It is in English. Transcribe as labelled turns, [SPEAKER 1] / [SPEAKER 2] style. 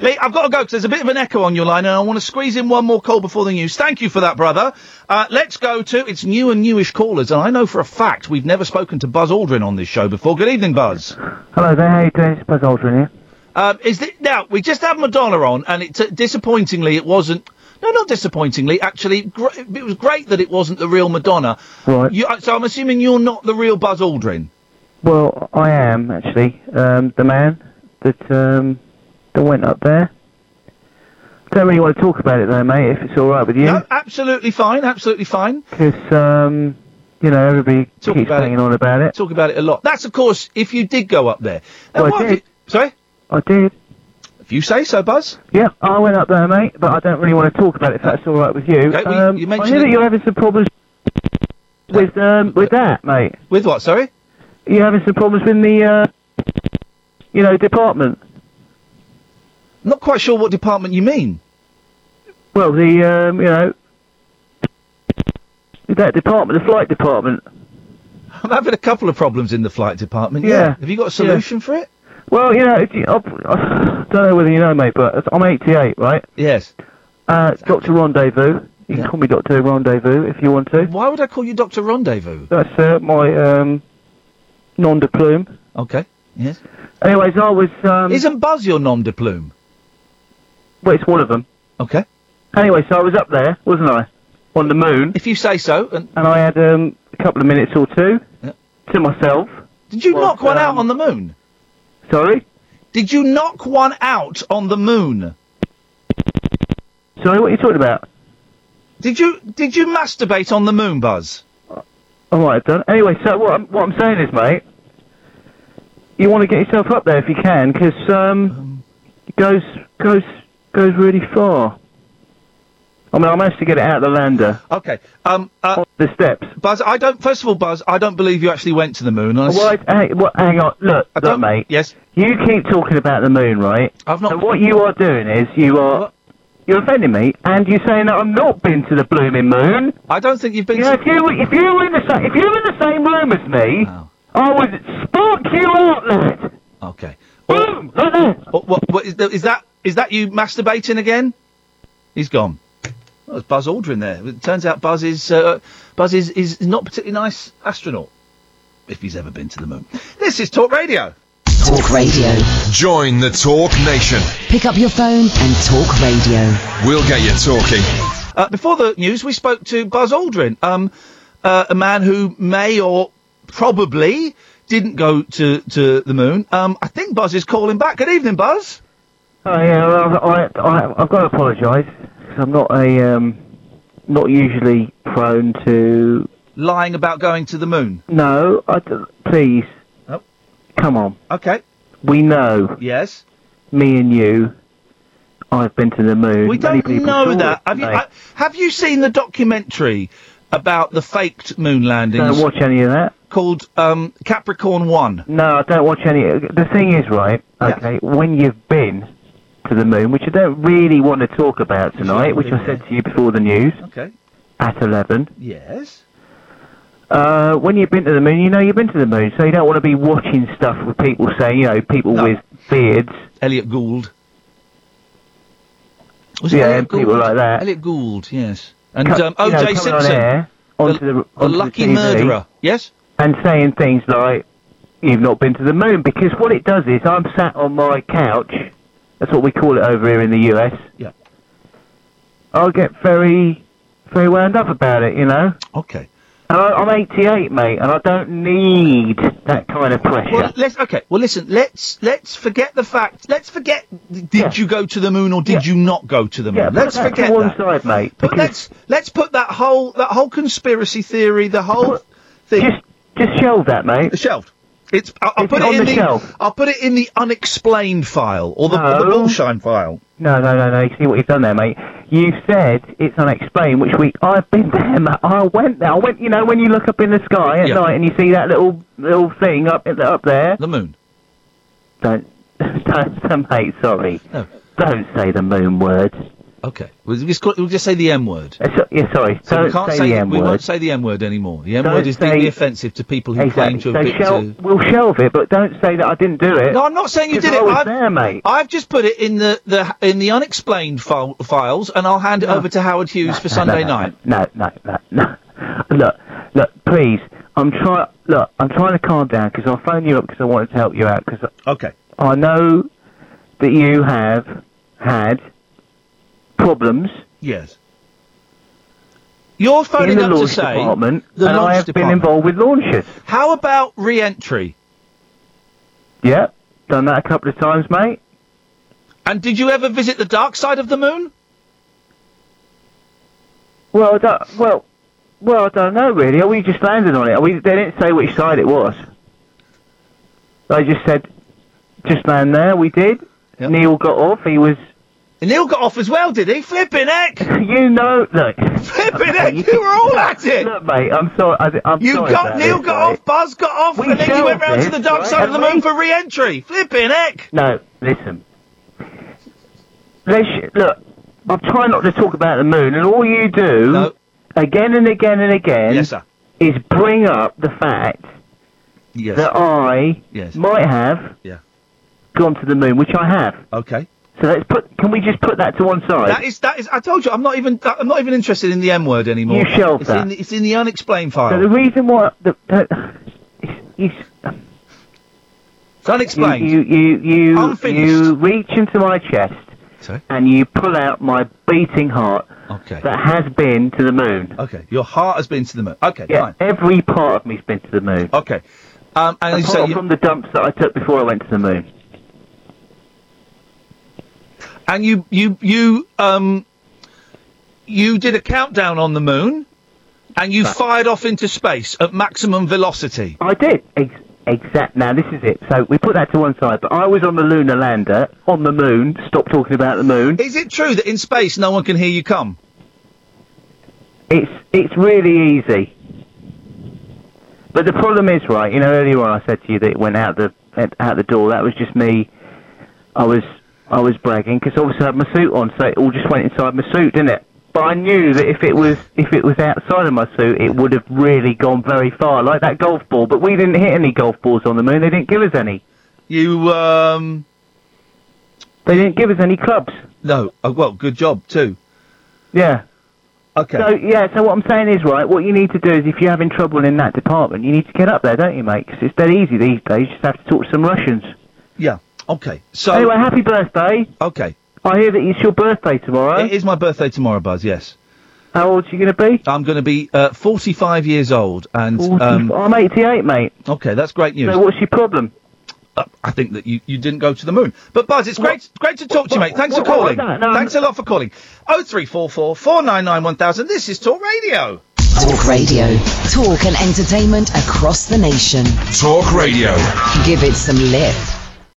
[SPEAKER 1] Lee, I've got to go because there's a bit of an echo on your line, and I want to squeeze in one more call before the news. Thank you for that, brother. Uh, let's go to it's new and newish callers, and I know for a fact we've never spoken to Buzz Aldrin on this show before. Good evening, Buzz.
[SPEAKER 2] Hello there, how you doing? It's Buzz Aldrin here.
[SPEAKER 1] Um, is th- now we just had Madonna on, and it t- disappointingly it wasn't. No, not disappointingly. Actually, gr- it was great that it wasn't the real Madonna.
[SPEAKER 2] Right.
[SPEAKER 1] You, uh, so I'm assuming you're not the real Buzz Aldrin.
[SPEAKER 2] Well, I am actually um, the man that um, that went up there. Don't really want to talk about it though, mate. If it's all right with you,
[SPEAKER 1] No, absolutely fine. Absolutely fine.
[SPEAKER 2] because um, you know everybody
[SPEAKER 1] Talk
[SPEAKER 2] keeps
[SPEAKER 1] about
[SPEAKER 2] hanging
[SPEAKER 1] it.
[SPEAKER 2] on about it.
[SPEAKER 1] Talk about it a lot. That's of course if you did go up there. Now,
[SPEAKER 2] Well, I
[SPEAKER 1] what if
[SPEAKER 2] did.
[SPEAKER 1] you- sorry,
[SPEAKER 2] I did.
[SPEAKER 1] if you say so, Buzz.
[SPEAKER 2] Yeah, I went up there, mate, but I don't really want to talk about it. If that's all right with you,
[SPEAKER 1] Okay, well, you-
[SPEAKER 2] um,
[SPEAKER 1] you
[SPEAKER 2] I
[SPEAKER 1] mentioned
[SPEAKER 2] hear
[SPEAKER 1] it-
[SPEAKER 2] that you're having some problems with um, with that, mate.
[SPEAKER 1] With what? Sorry.
[SPEAKER 2] You're having some problems with the uh, you know department.
[SPEAKER 1] Not quite sure what department you mean.
[SPEAKER 2] Well, the um, you know that department, the flight department.
[SPEAKER 1] I'm having a couple of problems in the flight department.
[SPEAKER 2] Yeah.
[SPEAKER 1] Have you got a solution for it?
[SPEAKER 2] Well, you know, if you, I, I don't know whether you know, mate, but I'm 88, right?
[SPEAKER 1] Yes.
[SPEAKER 2] Uh, Doctor Rendezvous. You
[SPEAKER 1] Yeah.
[SPEAKER 2] can call me Doctor Rendezvous if you want to.
[SPEAKER 1] Why would I call you Doctor Rendezvous?
[SPEAKER 2] That's uh, my um, nom de plume.
[SPEAKER 1] Okay. Yes.
[SPEAKER 2] Anyways, I was. Um,
[SPEAKER 1] Isn't Buzz your nom de plume?
[SPEAKER 2] well, it's one of them.
[SPEAKER 1] Okay.
[SPEAKER 2] Anyway, so I was up there, wasn't I, on the moon,
[SPEAKER 1] If you say so. And
[SPEAKER 2] and I had um, a couple of minutes or two
[SPEAKER 1] Yeah.
[SPEAKER 2] to myself.
[SPEAKER 1] did you
[SPEAKER 2] Well,
[SPEAKER 1] knock one out
[SPEAKER 2] um,
[SPEAKER 1] on the moon?
[SPEAKER 2] Sorry,
[SPEAKER 1] Did you knock one out on the moon?
[SPEAKER 2] sorry, what are you talking about?
[SPEAKER 1] Did you did you masturbate on the moon, Buzz?
[SPEAKER 2] I might have done. Anyway, so what I'm, what I'm saying is, mate, you want to get yourself up there if you can, because um, it goes goes goes really far. I mean, I managed to get it out of the lander,
[SPEAKER 1] Okay. Um. Uh,
[SPEAKER 2] on the steps.
[SPEAKER 1] Buzz, I don't. First of all, Buzz, I don't believe you actually went to the moon. I, s-
[SPEAKER 2] Well, I, hang, well, hang on, look,
[SPEAKER 1] I
[SPEAKER 2] look,
[SPEAKER 1] don't,
[SPEAKER 2] mate.
[SPEAKER 1] Yes,
[SPEAKER 2] You keep talking about the moon, right?
[SPEAKER 1] I've not.
[SPEAKER 2] So what you are doing is you are you're offending me, and you're saying that I've not been to the blooming moon.
[SPEAKER 1] I don't think you've been.
[SPEAKER 2] You know,
[SPEAKER 1] to,
[SPEAKER 2] if you were- if you were in the sa- if you were in the same room as me,
[SPEAKER 1] Oh.
[SPEAKER 2] I would spark you out, lad.
[SPEAKER 1] okay.
[SPEAKER 2] Boom! Like that.
[SPEAKER 1] What, what, what is, th- is that? Is that you masturbating again? He's gone. Well, it's Buzz Aldrin there. It turns out Buzz is uh, Buzz is, is not a particularly nice astronaut. If he's ever been to the moon. This is Talk Radio.
[SPEAKER 3] Talk radio.
[SPEAKER 4] Join the Talk Nation.
[SPEAKER 3] Pick up your phone and talk radio.
[SPEAKER 4] We'll get you talking.
[SPEAKER 1] Uh, before the news, we spoke to Buzz Aldrin, um, uh, a man who may or probably didn't go to, to the moon. Um, I think Buzz is calling back. Good evening, Buzz.
[SPEAKER 2] Oh yeah, well, I, I, I've got to apologise 'cause I'm not a um, not usually prone to.
[SPEAKER 1] Lying about going to the moon.
[SPEAKER 2] No, I d please.
[SPEAKER 1] Oh.
[SPEAKER 2] Come on,
[SPEAKER 1] Okay.
[SPEAKER 2] we know
[SPEAKER 1] Yes.
[SPEAKER 2] me and you. I've been to the moon.
[SPEAKER 1] We
[SPEAKER 2] Many
[SPEAKER 1] don't
[SPEAKER 2] people
[SPEAKER 1] know
[SPEAKER 2] saw
[SPEAKER 1] that.
[SPEAKER 2] it,
[SPEAKER 1] Have you
[SPEAKER 2] mate.
[SPEAKER 1] uh, have you seen the documentary about the faked moon landings
[SPEAKER 2] don't watch any of that.
[SPEAKER 1] called um, Capricorn One?
[SPEAKER 2] No, I don't watch any. The thing is, right?
[SPEAKER 1] Yeah.
[SPEAKER 2] Okay, when you've been to the moon, which I don't really want to talk about tonight, which I said to you before the news
[SPEAKER 1] Okay.
[SPEAKER 2] at eleven.
[SPEAKER 1] Yes.
[SPEAKER 2] Uh, when you've been to the moon, you know you've been to the moon, so you don't want to be watching stuff with people saying, you know, people
[SPEAKER 1] No.
[SPEAKER 2] with beards.
[SPEAKER 1] Elliot Gould. Was it
[SPEAKER 2] Yeah,
[SPEAKER 1] Elliot
[SPEAKER 2] people
[SPEAKER 1] Gould?
[SPEAKER 2] like that.
[SPEAKER 1] Elliot Gould, yes. And
[SPEAKER 2] co-
[SPEAKER 1] um,
[SPEAKER 2] you know,
[SPEAKER 1] O.J.
[SPEAKER 2] coming on
[SPEAKER 1] Simpson,
[SPEAKER 2] air onto the,
[SPEAKER 1] the,
[SPEAKER 2] onto the
[SPEAKER 1] lucky
[SPEAKER 2] TV
[SPEAKER 1] murderer. Yes?
[SPEAKER 2] and saying things like, "You've not been to the moon," because what it does is, I'm sat on my couch. That's what we call it over here in the US.
[SPEAKER 1] Yeah.
[SPEAKER 2] I'll get very, very wound up about it, you know.
[SPEAKER 1] Okay.
[SPEAKER 2] And I, I'm 88, mate, and I don't need that kind of pressure.
[SPEAKER 1] Well, let's okay. Well, listen. Let's let's forget the fact. Let's forget. Did
[SPEAKER 2] Yeah.
[SPEAKER 1] you go to the moon or did you not go to the moon?
[SPEAKER 2] yeah, put
[SPEAKER 1] let's
[SPEAKER 2] that
[SPEAKER 1] forget
[SPEAKER 2] to one
[SPEAKER 1] that.
[SPEAKER 2] side, mate.
[SPEAKER 1] But
[SPEAKER 2] because-
[SPEAKER 1] let's let's put that whole that whole conspiracy theory, the whole
[SPEAKER 2] Put-
[SPEAKER 1] thing
[SPEAKER 2] Just, just shelve that, mate.
[SPEAKER 1] shelved. It's I'll, I'll
[SPEAKER 2] It's
[SPEAKER 1] put it
[SPEAKER 2] on
[SPEAKER 1] in
[SPEAKER 2] the
[SPEAKER 1] the,
[SPEAKER 2] shelf.
[SPEAKER 1] I'll put it in the unexplained file or the, or the
[SPEAKER 2] No.
[SPEAKER 1] bullshine file.
[SPEAKER 2] No, no, no, no. You see what you've done there, mate. You said it's unexplained, which we I've been there, mate. I went there. I went. You know, when you look up in the sky at
[SPEAKER 1] Yeah.
[SPEAKER 2] night and you see that little little thing up up there.
[SPEAKER 1] The moon.
[SPEAKER 2] Don't, don't, mate. Sorry.
[SPEAKER 1] No.
[SPEAKER 2] Don't say the moon word.
[SPEAKER 1] Okay. We'll just, call, we'll just say the M word.
[SPEAKER 2] Uh, so- yeah, sorry.
[SPEAKER 1] So
[SPEAKER 2] don't
[SPEAKER 1] we can't
[SPEAKER 2] say,
[SPEAKER 1] say
[SPEAKER 2] the M
[SPEAKER 1] we
[SPEAKER 2] word.
[SPEAKER 1] won't say the M word anymore. The M
[SPEAKER 2] Don't
[SPEAKER 1] word is
[SPEAKER 2] say-
[SPEAKER 1] deeply offensive to people who claim
[SPEAKER 2] Exactly.
[SPEAKER 1] to
[SPEAKER 2] So
[SPEAKER 1] have been
[SPEAKER 2] shel-
[SPEAKER 1] to.
[SPEAKER 2] we'll shelve it, but don't say that I didn't do it.
[SPEAKER 1] No, I'm not saying you
[SPEAKER 2] Because
[SPEAKER 1] did it.
[SPEAKER 2] I was
[SPEAKER 1] I've,
[SPEAKER 2] there, mate.
[SPEAKER 1] I've just put it in the, the in the unexplained file, files, and I'll hand it
[SPEAKER 2] Ah.
[SPEAKER 1] over to Howard Hughes for Sunday
[SPEAKER 2] no, no,
[SPEAKER 1] night.
[SPEAKER 2] No, no, no, no. Look, look, please. I'm trying. Look, I'm trying to calm down because I phoned you up because I wanted to help you out because
[SPEAKER 1] Okay.
[SPEAKER 2] I know that you have had problems
[SPEAKER 1] Yes. You're phoning
[SPEAKER 2] in the
[SPEAKER 1] up to
[SPEAKER 2] launch
[SPEAKER 1] say
[SPEAKER 2] department,
[SPEAKER 1] the
[SPEAKER 2] and I
[SPEAKER 1] launch
[SPEAKER 2] have
[SPEAKER 1] department.
[SPEAKER 2] been involved with launches.
[SPEAKER 1] How about re-entry?
[SPEAKER 2] Yeah, done that a couple of times, mate.
[SPEAKER 1] And did you ever visit the dark side of the moon?
[SPEAKER 2] Well, I don't, well, well, I don't know really. We just landed on it. We they didn't say which side it was. They just said, just land there. We did.
[SPEAKER 1] Yep.
[SPEAKER 2] Neil got off. He was.
[SPEAKER 1] And Neil got off as well, did he? Flipping heck!
[SPEAKER 2] You know, look.
[SPEAKER 1] Flipping heck! You were all at it!
[SPEAKER 2] Look, mate. I'm sorry. I, I'm
[SPEAKER 1] You
[SPEAKER 2] sorry
[SPEAKER 1] got
[SPEAKER 2] about
[SPEAKER 1] Neil
[SPEAKER 2] this,
[SPEAKER 1] got
[SPEAKER 2] mate.
[SPEAKER 1] off, Buzz got off,
[SPEAKER 2] We
[SPEAKER 1] and then you
[SPEAKER 2] shelved
[SPEAKER 1] went round to
[SPEAKER 2] this,
[SPEAKER 1] the dark
[SPEAKER 2] right,
[SPEAKER 1] side of the
[SPEAKER 2] haven't
[SPEAKER 1] moon
[SPEAKER 2] we?
[SPEAKER 1] for re-entry. Flipping heck!
[SPEAKER 2] No, listen. Let's, look, I'm trying not to talk about the moon, and all you do
[SPEAKER 1] No.
[SPEAKER 2] again and again and again
[SPEAKER 1] Yes, sir.
[SPEAKER 2] is bring up the fact
[SPEAKER 1] Yes.
[SPEAKER 2] that I
[SPEAKER 1] Yes.
[SPEAKER 2] might have
[SPEAKER 1] Yeah.
[SPEAKER 2] gone to the moon, which I have.
[SPEAKER 1] Okay.
[SPEAKER 2] So let's put. Can we just put that to one side?
[SPEAKER 1] That is that is. I told you, I'm not even. I'm not even interested in the M word anymore.
[SPEAKER 2] You shelved
[SPEAKER 1] it's
[SPEAKER 2] that.
[SPEAKER 1] In the, it's in the unexplained
[SPEAKER 2] so
[SPEAKER 1] file.
[SPEAKER 2] the reason why the, the it's, it's,
[SPEAKER 1] it's unexplained.
[SPEAKER 2] you you you you,
[SPEAKER 1] Unfinished.
[SPEAKER 2] you reach into my chest
[SPEAKER 1] Sorry?
[SPEAKER 2] and you pull out my beating heart
[SPEAKER 1] Okay.
[SPEAKER 2] that has been to the moon.
[SPEAKER 1] Okay. Your heart has been to the moon. Okay.
[SPEAKER 2] Yeah,
[SPEAKER 1] Fine.
[SPEAKER 2] every part of me's been to the moon.
[SPEAKER 1] Okay. Um, and you
[SPEAKER 2] apart
[SPEAKER 1] say,
[SPEAKER 2] from the dumps that I took before I went to the moon.
[SPEAKER 1] and you, you, you, um, you did a countdown on the moon, and you fired off into space at maximum velocity.
[SPEAKER 2] I did. Ex- exact. Now this is it. So we put that to one side, but I was on the lunar lander on the moon. Stop talking about the moon.
[SPEAKER 1] Is it true that in space no one can hear you come?
[SPEAKER 2] It's it's really easy. But the problem is, right? You know, earlier on I said to you that it went out the went out the door. That was just me. I was I was bragging because obviously I had my suit on, so it all just went inside my suit, didn't it? But I knew that if it was if it was outside of my suit, it would have really gone very far, like that golf ball. But we didn't hit any golf balls on the moon. They didn't give us any.
[SPEAKER 1] You, um,
[SPEAKER 2] They didn't give us any clubs.
[SPEAKER 1] no. Oh, well, good job too.
[SPEAKER 2] Yeah.
[SPEAKER 1] Okay.
[SPEAKER 2] So yeah, so what I'm saying is right. What you need to do is, if you're having trouble in that department, you need to get up there, don't you, mate? 'Cause it's dead easy these days. You just have to talk to some Russians.
[SPEAKER 1] yeah. Okay. So.
[SPEAKER 2] Anyway, happy birthday!
[SPEAKER 1] okay.
[SPEAKER 2] I hear that it's your birthday tomorrow.
[SPEAKER 1] It is my birthday tomorrow, Buzz. Yes.
[SPEAKER 2] How old are you going to be?
[SPEAKER 1] I'm going to be uh, 45 years old, and um,
[SPEAKER 2] I'm 88, mate.
[SPEAKER 1] okay, that's great news.
[SPEAKER 2] So what's your problem?
[SPEAKER 1] Uh, I think that you, you didn't go to the moon. But Buzz, it's great great to talk to you, mate. Thanks
[SPEAKER 2] what-
[SPEAKER 1] for calling.
[SPEAKER 2] what- no, no,
[SPEAKER 1] Thanks a lot for calling. Oh three four four four nine nine one thousand. This is Talk Radio.
[SPEAKER 3] Talk Radio. Talk and entertainment across the nation.
[SPEAKER 4] Talk Radio.
[SPEAKER 3] Give it some lip.